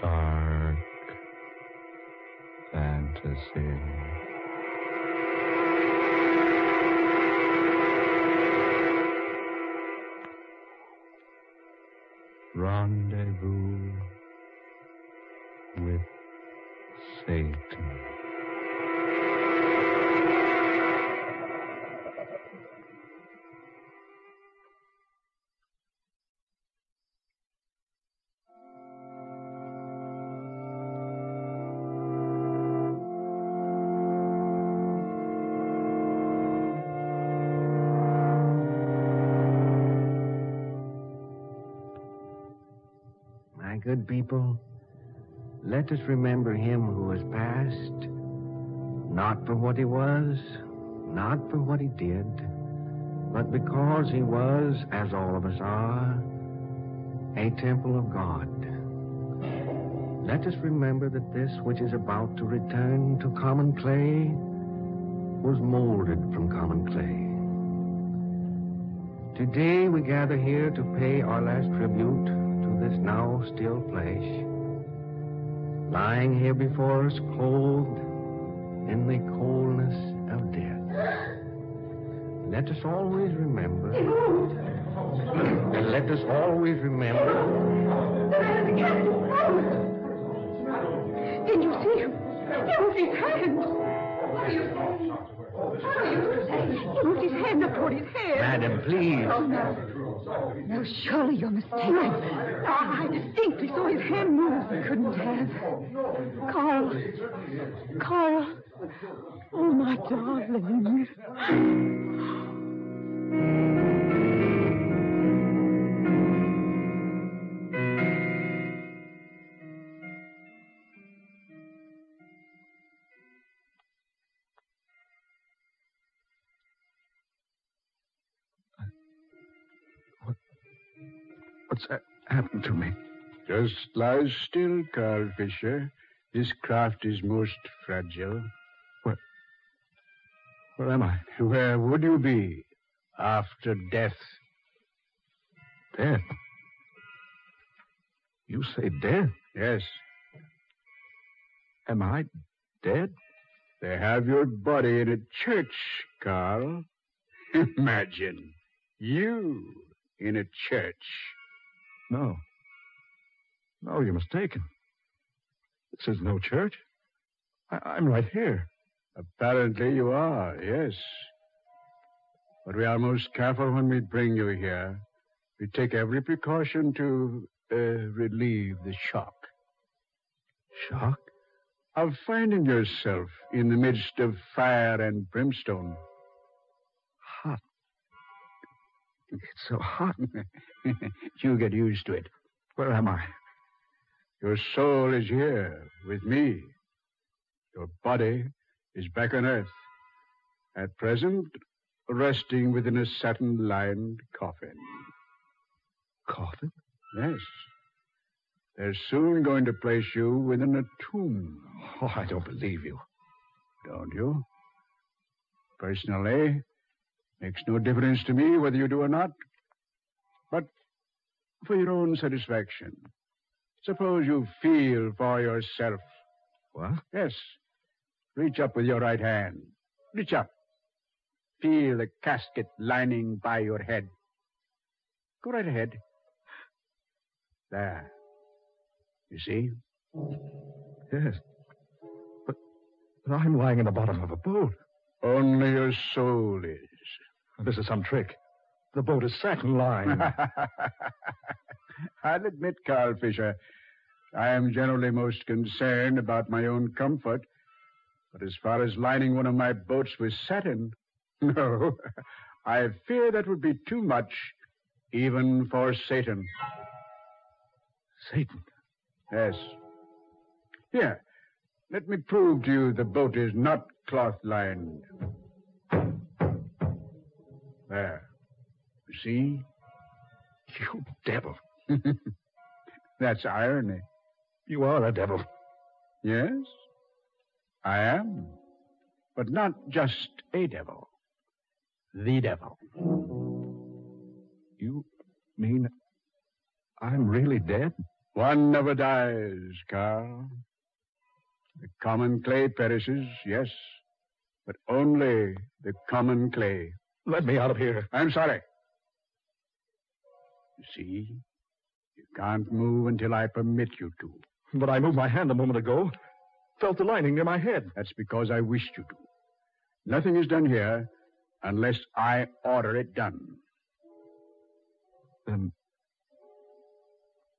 Dark fantasy. Rendezvous with Satan. My good people, let us remember him who has passed, not for what he was, not for what he did, but because he was, as all of us are, a temple of God. Let us remember that this which is about to return to common clay was molded from common clay. Today we gather here to pay our last tribute to this now still flesh, lying here before us clothed in the coldness of death. Let us always remember, and let us always remember, Did you see him? He moved his hand. What are you saying? What are you saying? He moved his hand up toward his hair. Madam, please. Oh, no. No, surely you're mistaken. I, I distinctly saw his hand move. Couldn't have. Carl. Carl. Oh, my darling. What's that happened to me? Just lie still, Carl Fisher. This craft is most fragile. Where am I? Where would you be after death? Death. You say death. Yes, Am I dead? they have your body in a church, Carl. Imagine you in a church. No. No, you're mistaken. This is no church. I- I'm right here. Apparently you are, yes. But we are most careful when we bring you here. We take every precaution to uh, relieve the shock. Shock? of finding yourself in the midst of fire and brimstone. Hot. It's so hot. you get used to it. Where am I? Your soul is here with me. Your body is back on earth. At present, resting within a satin lined coffin. Coffin? Yes. They're soon going to place you within a tomb. Oh, I don't believe you. don't you? Personally, makes no difference to me whether you do or not. But for your own satisfaction, suppose you feel for yourself. What? Yes. Reach up with your right hand. Reach up. Feel the casket lining by your head. Go right ahead. There. You see? Yes. But, but I'm lying in the bottom of a boat. Only your soul is. This is some trick. The boat is satin lined. I'll admit, Carl Fisher, I am generally most concerned about my own comfort. But as far as lining one of my boats with satin, no, I fear that would be too much, even for Satan. Satan. Yes. Here, let me prove to you the boat is not cloth lined. There. You see? You devil. That's irony. You are a devil. Yes, I am. But not just a devil. the devil. You mean I'm really dead? One never dies, Carl. The common clay perishes, yes, but only the common clay. Let me out of here. I'm sorry. You see, you can't move until I permit you to. But I moved my hand a moment ago. Felt the lining near my head. That's because I wished you to. Nothing is done here unless I order it done. Then.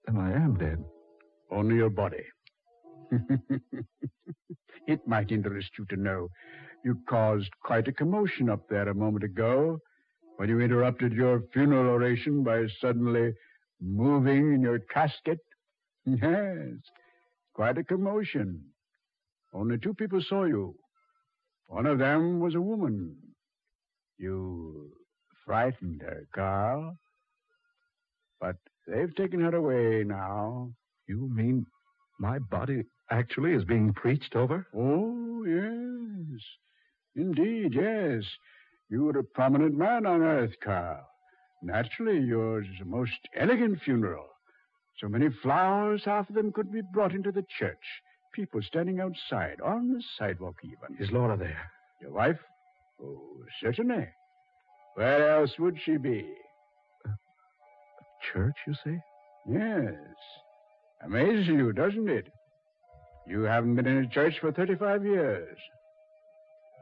Then I am dead. Only your body. it might interest you to know you caused quite a commotion up there a moment ago when you interrupted your funeral oration by suddenly moving in your casket. Yes, quite a commotion. Only two people saw you. One of them was a woman. You frightened her, Carl. But they've taken her away now. You mean my body actually is being preached over? Oh, yes. Indeed, yes. You were a prominent man on earth, Carl. Naturally, yours is a most elegant funeral. So many flowers, half of them could be brought into the church. People standing outside, on the sidewalk even. Is Laura there? Your wife? Oh, certainly. Where else would she be? Church, you say? Yes. Amazes you, doesn't it? You haven't been in a church for 35 years.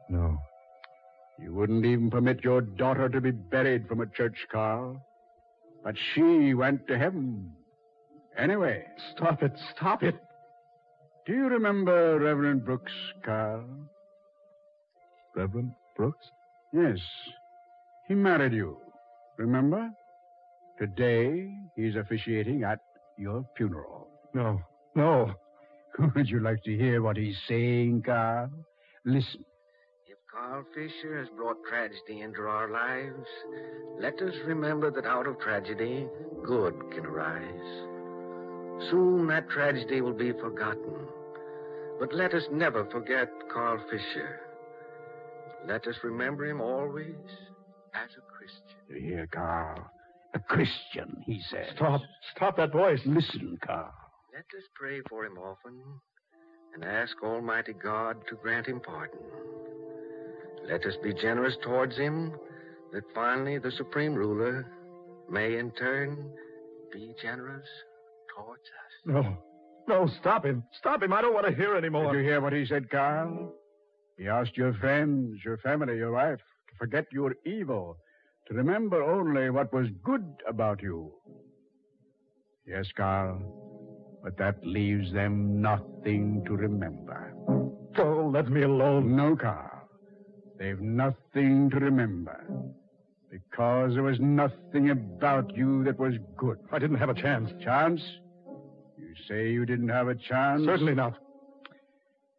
No. You wouldn't even permit your daughter to be buried from a church, Carl. But she went to heaven. Anyway. Stop it. Stop it. Do you remember Reverend Brooks, Carl? Reverend Brooks? Yes. He married you. Remember? Today, he's officiating at your funeral. No. No. Would you like to hear what he's saying, Carl? Listen. If Carl Fisher has brought tragedy into our lives, let us remember that out of tragedy, good can arise. Soon that tragedy will be forgotten. But let us never forget Carl Fisher. Let us remember him always as a Christian. You hear, Carl? A Christian, he says. Stop. Stop that voice. Listen, Carl. Let us pray for him often and ask Almighty God to grant him pardon. Let us be generous towards him that finally the Supreme Ruler may in turn be generous towards us. No. No, stop him. Stop him. I don't want to hear anymore. Did you hear what he said, Carl? He asked your friends, your family, your wife to forget your evil, to remember only what was good about you. Yes, Carl. But that leaves them nothing to remember. Go, let me alone. No, Carl. They've nothing to remember. Because there was nothing about you that was good. I didn't have a chance. Chance? You say you didn't have a chance? Certainly not.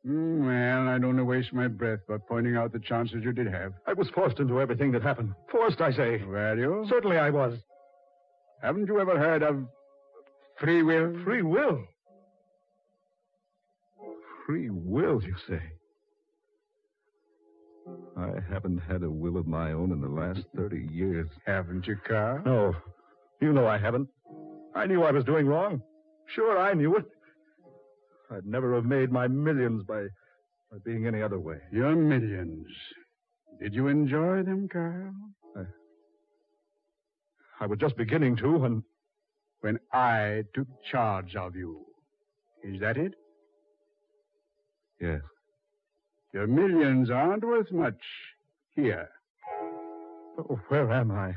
Mm, well, I don't want to waste my breath by pointing out the chances you did have. I was forced into everything that happened. Forced, I say. Were you? Certainly I was. Haven't you ever heard of Free will? Free will? Free will, you say? I haven't had a will of my own in the last 30 years. Haven't you, Carl? No. You know I haven't. I knew I was doing wrong. Sure, I knew it. I'd never have made my millions by, by being any other way. Your millions. Did you enjoy them, Carl? I was just beginning to when When I took charge of you. Is that it? Yes. Your millions aren't worth much here. Oh, where am I?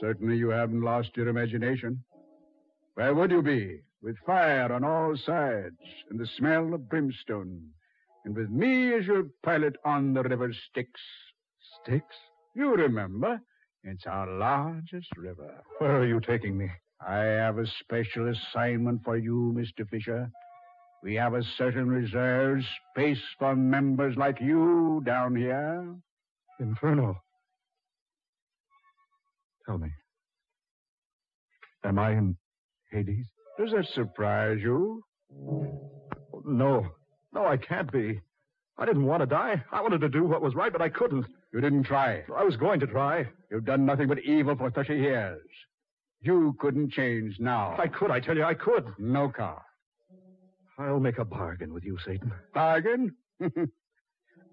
Certainly you haven't lost your imagination. Where would you be? With fire on all sides and the smell of brimstone, and with me as your pilot on the river Styx. Styx? You remember, it's our largest river. Where are you taking me? I have a special assignment for you, Mr. Fisher. We have a certain reserved space for members like you down here. Inferno. Tell me. Am I in Hades? Does that surprise you? No. No, I can't be. I didn't want to die. I wanted to do what was right, but I couldn't. You didn't try. I was going to try. You've done nothing but evil for 30 years. You couldn't change now. If I could, I tell you, I could. No, Carl. I'll make a bargain with you, Satan. Bargain?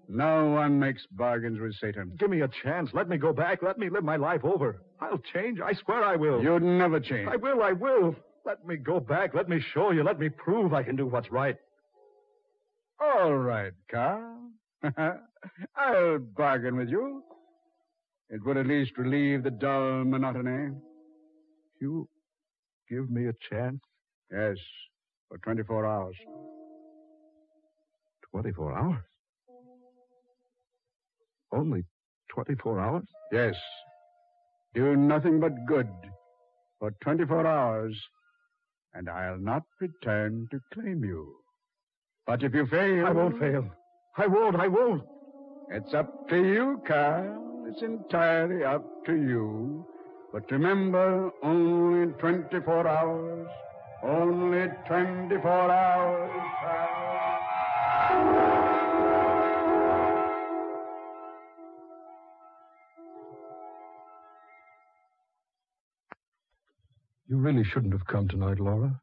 no one makes bargains with Satan. Give me a chance. Let me go back. Let me live my life over. I'll change. I swear I will. You'd never change. I will. I will. Let me go back. Let me show you. Let me prove I can do what's right. All right, Carl. I'll bargain with you. It would at least relieve the dull monotony. You give me a chance? Yes, for 24 hours. 24 hours? Only 24 hours? Yes. Do nothing but good for 24 hours, and I'll not return to claim you. But if you fail. I won't fail. I won't. I won't. It's up to you, Carl. It's entirely up to you. But remember, only 24 hours. Only 24 hours, Carl. You really shouldn't have come tonight, Laura.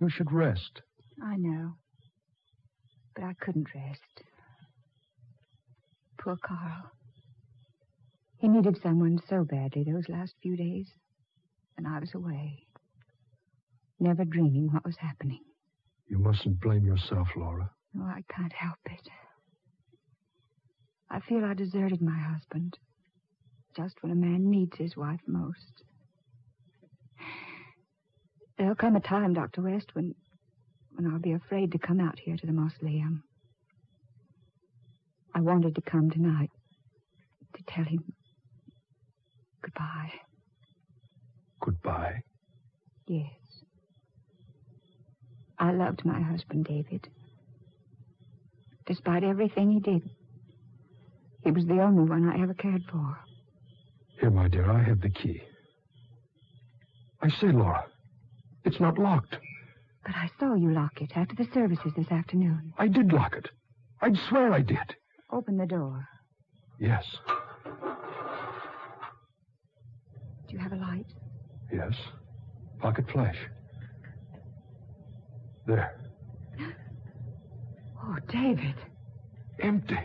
You should rest. I know. But I couldn't rest. Poor Carl. He needed someone so badly those last few days, and I was away, never dreaming what was happening. You mustn't blame yourself, Laura. Oh, I can't help it. I feel I deserted my husband, just when a man needs his wife most. There'll come a time, Dr. West, when when I'll be afraid to come out here to the mausoleum. I wanted to come tonight to tell him goodbye. Goodbye. Yes. I loved my husband, David. Despite everything he did, he was the only one I ever cared for. Here, my dear, I have the key. I say, Laura, it's not locked. But I saw you lock it after the services this afternoon. I did lock it. I'd swear I did. Open the door. Yes. Do you have a light? Yes. Pocket flash. There. Oh, David. Empty.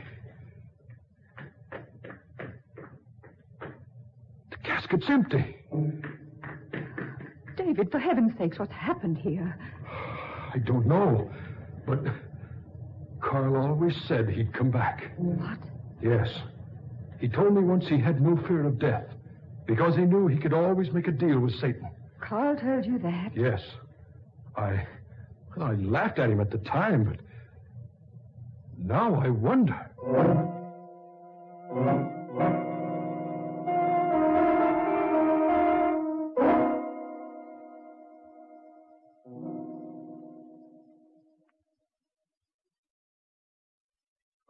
The casket's empty. David, for heaven's sakes, what's happened here? I don't know. But Carl always said he'd come back. What? Yes. He told me once he had no fear of death because he knew he could always make a deal with Satan. Carl told you that? Yes. I. Well, I laughed at him at the time, but. Now I wonder.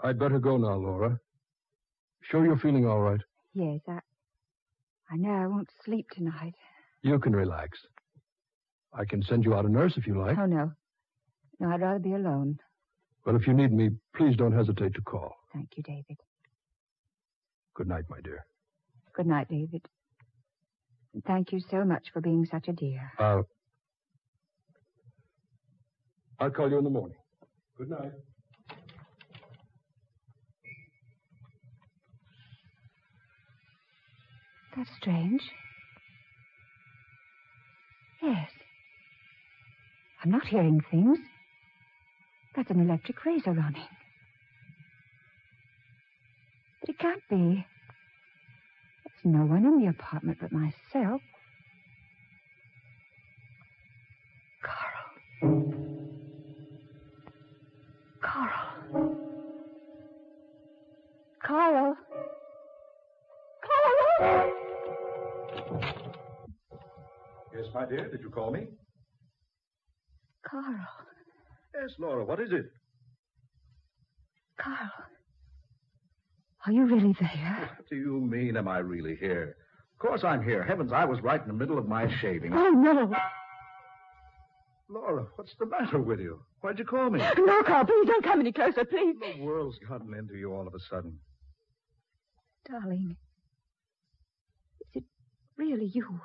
I'd better go now, Laura. Sure you're feeling all right. Yes, I. I know I won't sleep tonight. You can relax. I can send you out a nurse if you like. Oh, no. No, I'd rather be alone. Well, if you need me, please don't hesitate to call. Thank you, David. Good night, my dear. Good night, David. And thank you so much for being such a dear. Uh, I'll call you in the morning. Good night. That's strange. Yes. I'm not hearing things. That's an electric razor running. But it can't be. There's no one in the apartment but myself. Carl. Carl. Carl. Carl! Yes, my dear. Did you call me? Carl. Yes, Laura. What is it? Carl. Are you really there? What do you mean, am I really here? Of course I'm here. Heavens, I was right in the middle of my shaving. Oh, no. Laura, what's the matter with you? Why'd you call me? No, Carl, please don't come any closer, please. The world's gotten into you all of a sudden. Darling, is it really you?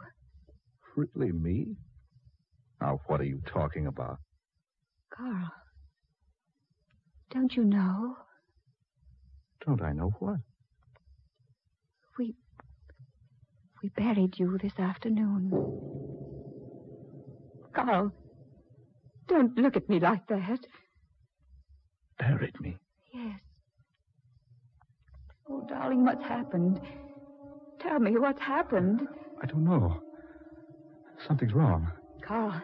Really, me? Now, what are you talking about? Carl, don't you know? Don't I know what? We. We buried you this afternoon. Carl, don't look at me like that. Buried me. Yes. Oh, darling, what's happened? Tell me what's happened. I don't know. Something's wrong. Carl,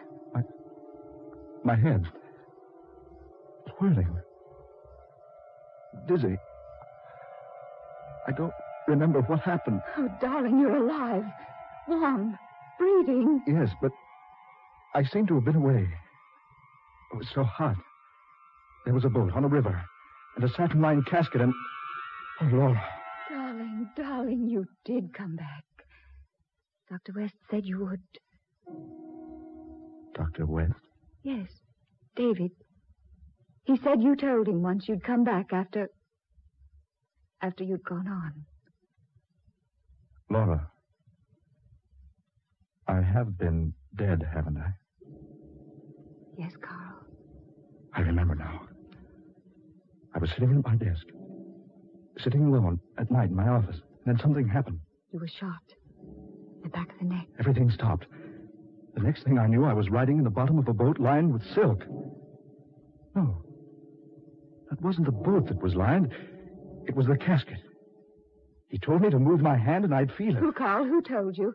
My head. It's whirling. Dizzy. I don't remember what happened. oh, darling, you're alive. Warm, breathing. Yes, but I seem to have been away. It was so hot. There was a boat on a river, and a satin lined casket, and. Oh, Laura. Darling, darling, you did come back. Dr. West said you would. Dr. West? Yes, David. He said you told him once you'd come back after. after you'd gone on. Laura. I have been dead, haven't I? Yes, Carl. I remember now. I was sitting at my desk, sitting alone at night in my office. Then something happened. You were shot. In the back of the neck. Everything stopped. The next thing I knew, I was riding in the bottom of a boat lined with silk. No. That wasn't the boat that was lined. It was the casket. He told me to move my hand and I'd feel it. Who, Carl? Who told you?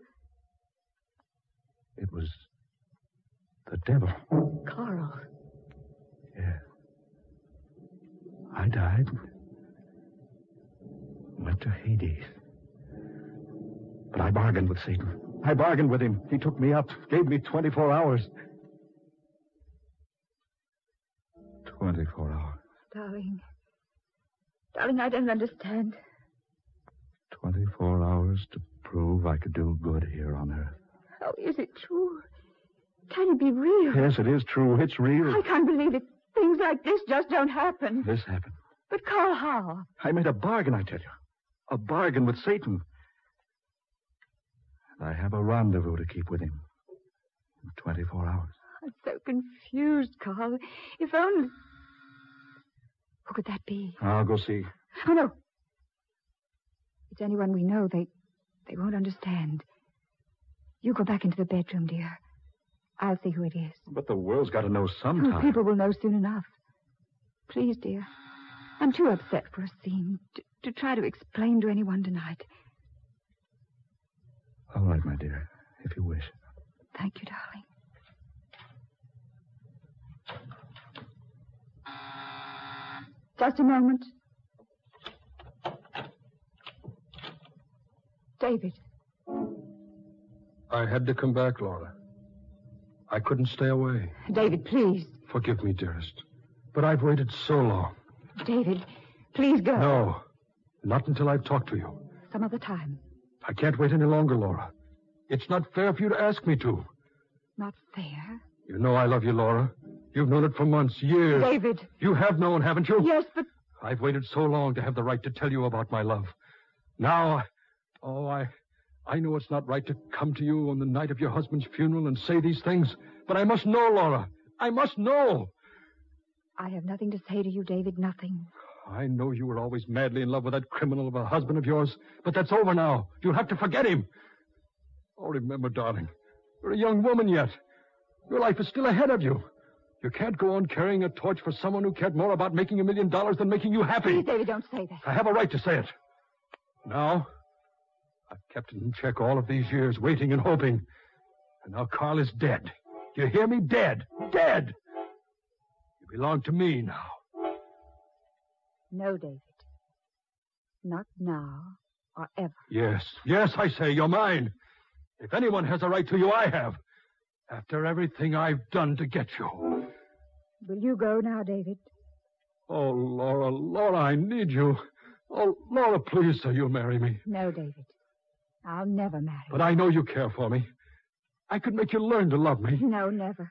It was the devil. Carl. Yeah. I died. Went to Hades. But I bargained with Satan. I bargained with him. He took me up, gave me 24 hours. 24 hours. Darling. Darling, I don't understand. 24 hours to prove I could do good here on earth. How is it true? Can it be real? Yes, it is true. It's real. I can't believe it. Things like this just don't happen. This happened. But Carl, how? I made a bargain, I tell you. A bargain with Satan. And I have a rendezvous to keep with him. In 24 hours. I'm so confused, Carl. If only. Who could that be? I'll go see. Oh no. It's anyone we know. They they won't understand. You go back into the bedroom, dear. I'll see who it is. But the world's got to know Hmm. Oh, sometime. people will know soon enough. Please, dear. I'm too upset for a scene to, to try to explain to anyone tonight. All right, my dear, if you wish. Thank you, darling. Just a moment. David, I had to come back, Laura. I couldn't stay away. David, please. Forgive me, dearest. But I've waited so long. David, please go. No, not until I've talked to you. Some other time. I can't wait any longer, Laura. It's not fair for you to ask me to. Not fair. You know I love you, Laura. You've known it for months, years. David, You have known, haven't you? yes, but I've waited so long to have the right to tell you about my love. Now, I, oh, I, I know it's not right to come to you on the night of your husband's funeral and say these things, but I must know, Laura. I must know. I have nothing to say to you, David, nothing. I know you were always madly in love with that criminal of a husband of yours, but that's over now. You'll have to forget him. Oh, remember, darling, you're a young woman yet. Your life is still ahead of you. You can't go on carrying a torch for someone who cared more about making a million dollars than making you happy. Please, David, don't say that. I have a right to say it. Now, I've kept it in check all of these years, waiting and hoping. And now Carl is dead. Do you hear me? Dead. Dead. You belong to me now. No, David. Not now or ever. Yes, yes, I say, you're mine. If anyone has a right to you, I have. After everything I've done to get you. Will you go now, David? Oh, Laura, Laura, I need you. Oh, Laura, please say you'll marry me. No, David. I'll never marry. But I know you care for me. I could make you learn to love me. No, never.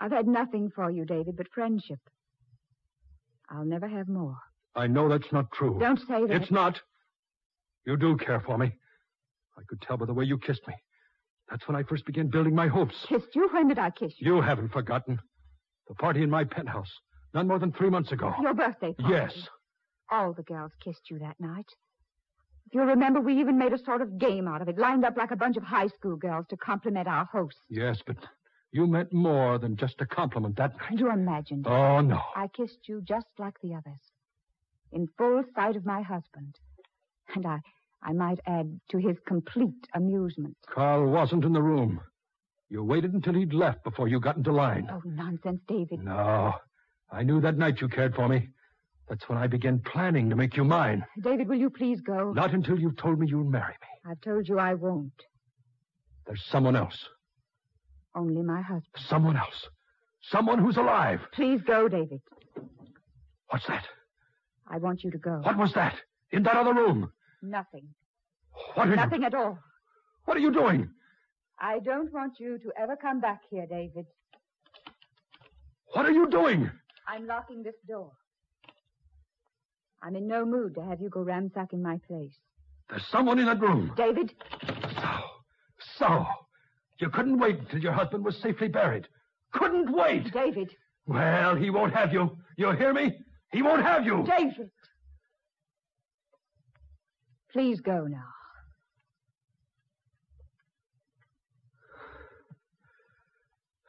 I've had nothing for you, David, but friendship. I'll never have more. I know that's not true. Don't say that. It's not. You do care for me. I could tell by the way you kissed me. That's when I first began building my hopes. Kissed you? When did I kiss you? You haven't forgotten. The party in my penthouse, none more than three months ago. Your birthday party. Yes. All the girls kissed you that night. If you remember, we even made a sort of game out of it, lined up like a bunch of high school girls to compliment our host. Yes, but you meant more than just a compliment that night. You imagined it. Oh, no. I kissed you just like the others, in full sight of my husband. And I, I might add, to his complete amusement. Carl wasn't in the room. You waited until he'd left before you got into line. Oh, nonsense, David. No. I knew that night you cared for me. That's when I began planning to make you mine. David, will you please go? Not until you've told me you'll marry me. I've told you I won't. There's someone else. Only my husband. Someone else. Someone who's alive. Please go, David. What's that? I want you to go. What was that? In that other room? Nothing. What are Nothing you... at all. What are you doing? I don't want you to ever come back here, David. What are you doing? I'm locking this door. I'm in no mood to have you go ransacking my place. There's someone in that room. David, So, so. You couldn't wait until your husband was safely buried. Couldn't wait. David, Well, he won't have you. You hear me? He won't have you. David. Please go now.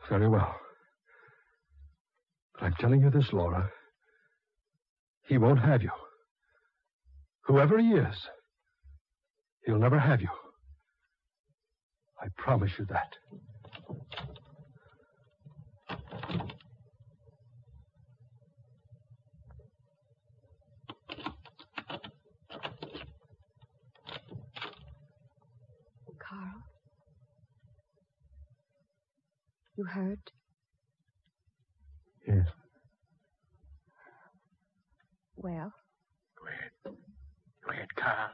Very well. But I'm telling you this, Laura. He won't have you. Whoever he is, he'll never have you. I promise you that. Carl. You hurt? Yes. Well, Go ahead, Carl.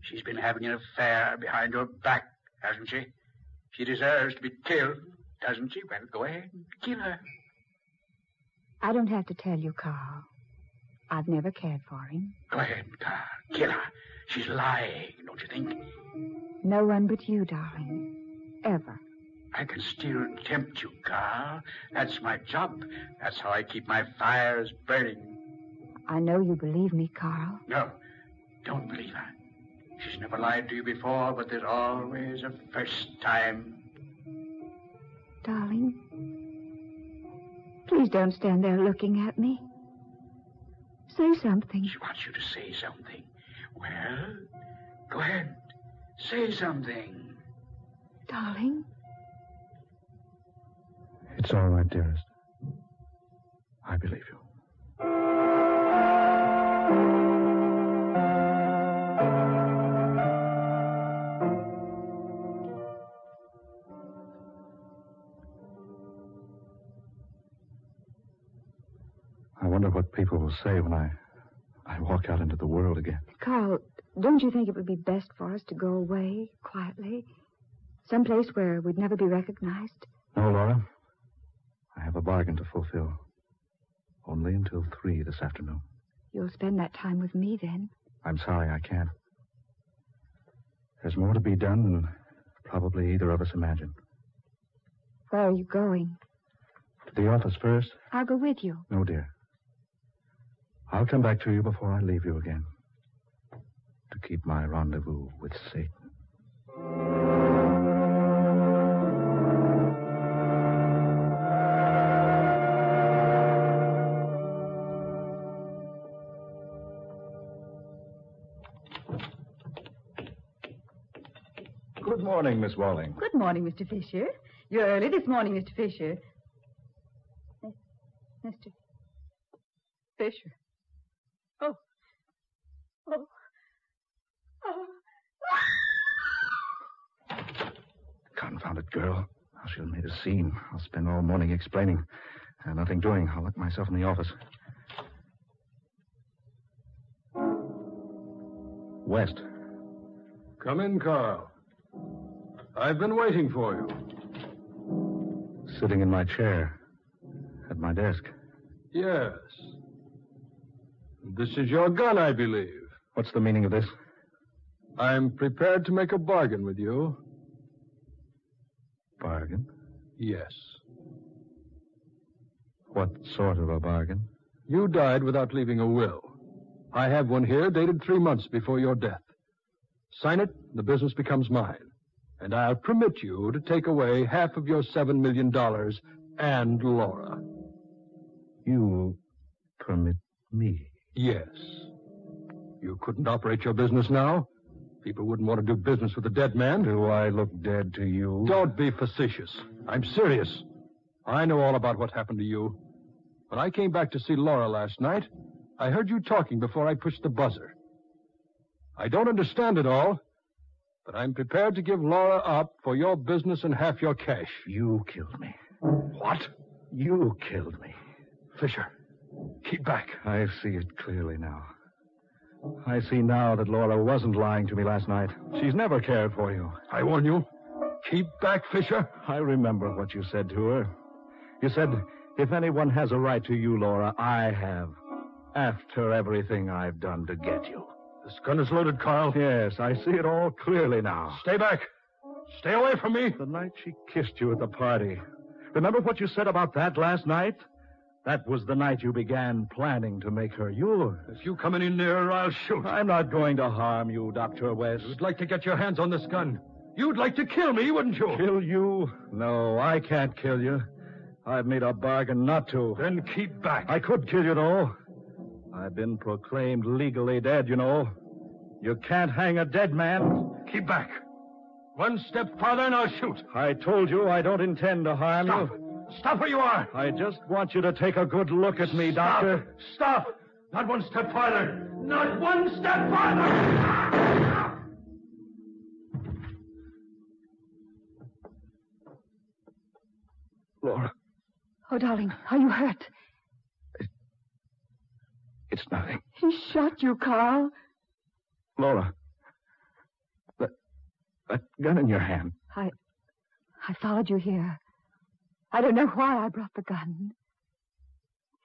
She's been having an affair behind your back, hasn't she? She deserves to be killed, doesn't she? Well, go ahead. Kill her. I don't have to tell you, Carl. I've never cared for him. Go ahead, Carl. Kill her. She's lying, don't you think? No one but you, darling. Ever. I can still tempt you, Carl. That's my job. That's how I keep my fires burning. I know you believe me, Carl. No, don't believe her. She's never lied to you before, but there's always a first time. Darling, please don't stand there looking at me. Say something. She wants you to say something. Well, go ahead. Say something. Darling, It's all right, dearest. I believe you. I wonder what people will say when I I walk out into the world again. Carl, don't you think it would be best for us to go away quietly? Someplace where we'd never be recognized? No, Laura. I have a bargain to fulfill. Only until three this afternoon. You'll spend that time with me then. I'm sorry I can't. There's more to be done than probably either of us imagined. Where are you going? To the office first? I'll go with you. No, dear. I'll come back to you before I leave you again. To keep my rendezvous with Satan. Good morning, Miss Walling. Good morning, Mr. Fisher. You're early this morning, Mr. Fisher. Mr. Fisher. Oh. Oh. Oh. Confounded girl. How she'll make a scene. I'll spend all morning explaining. Uh, nothing doing. I'll lock myself in the office. West. Come in, Carl. I've been waiting for you. Sitting in my chair. at my desk. Yes. This is your gun, I believe. What's the meaning of this? I'm prepared to make a bargain with you. Bargain? Yes. What sort of a bargain? You died without leaving a will. I have one here dated three months before your death. Sign it, the business becomes mine. And I'll permit you to take away half of your seven million dollars and Laura. You permit me. Yes. You couldn't operate your business now. People wouldn't want to do business with a dead man. Do I look dead to you? Don't be facetious. I'm serious. I know all about what happened to you. When I came back to see Laura last night, I heard you talking before I pushed the buzzer. I don't understand it all, but I'm prepared to give Laura up for your business and half your cash. You killed me. What? You killed me. Fisher, keep back. I see it clearly now. I see now that Laura wasn't lying to me last night. She's never cared for you. I warn you. Keep back, Fisher. I remember what you said to her. You said, if anyone has a right to you, Laura, I have. After everything I've done to get you. This gun is loaded, Carl. Yes, I see it all clearly now. Stay back. Stay away from me. The night she kissed you at the party. Remember what you said about that last night? That was the night you began planning to make her yours. If you come any nearer, I'll shoot. I'm not going to harm you, Dr. West. You'd like to get your hands on this gun. You'd like to kill me, wouldn't you? Kill you? No, I can't kill you. I've made a bargain not to. Then keep back. I could kill you, though. I've been proclaimed legally dead, you know. You can't hang a dead man. Keep back. One step farther and I'll shoot. I told you I don't intend to harm Stop. you. Stop where you are. I just want you to take a good look at me, Stop. Doctor. Stop. Not one step farther. Not one step farther. Laura, Oh, darling, are you hurt? it's nothing. He shot you, Carl. Laura, that, that gun in your hand. I. I followed you here. I don't know why I brought the gun.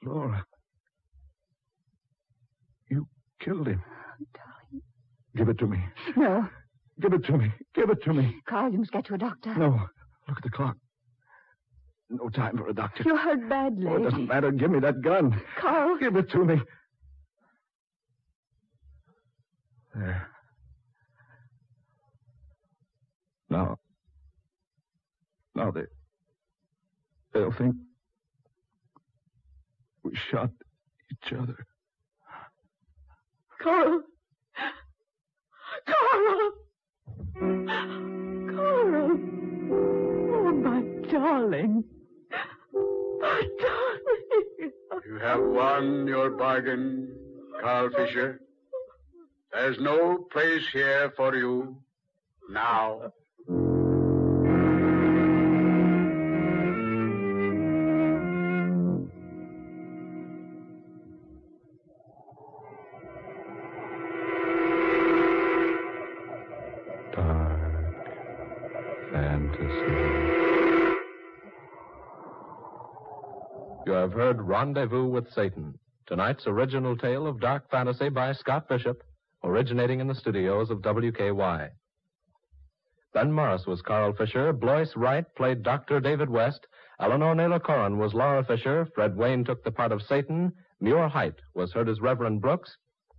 Laura, you killed him. Darling. Give it to me. No, Give it to me. Give it to me. Carl, you must get to a doctor. No, look at the clock. No time for a doctor. You're hurt badly. Oh, it doesn't matter. Give me that gun. Carl, Give it to me. There. Now. Now they. They'll think. We shot each other. Carl. Carl. Carl. Oh, my darling. My darling. You have won your bargain, Carl Fisher. There's no place here for you now. Dark fantasy. You have heard Rendezvous with Satan, tonight's original tale of dark fantasy by Scott Bishop, originating in the studios of WKY. Ben Morris was Carl Fisher, Blois Wright played Dr. David West, Eleanor Naylor Corrin was Laura Fisher, Fred Wayne took the part of Satan, Muir Height was heard as Reverend Brooks,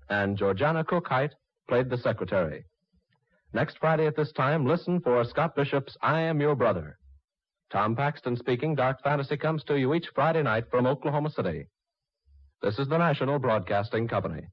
and Georgiana Cook Height played the secretary. Next Friday at this time, listen for Scott Bishop's I Am Your Brother. Tom Paxton speaking. Dark Fantasy comes to you each Friday night from Oklahoma City. This is the National Broadcasting Company.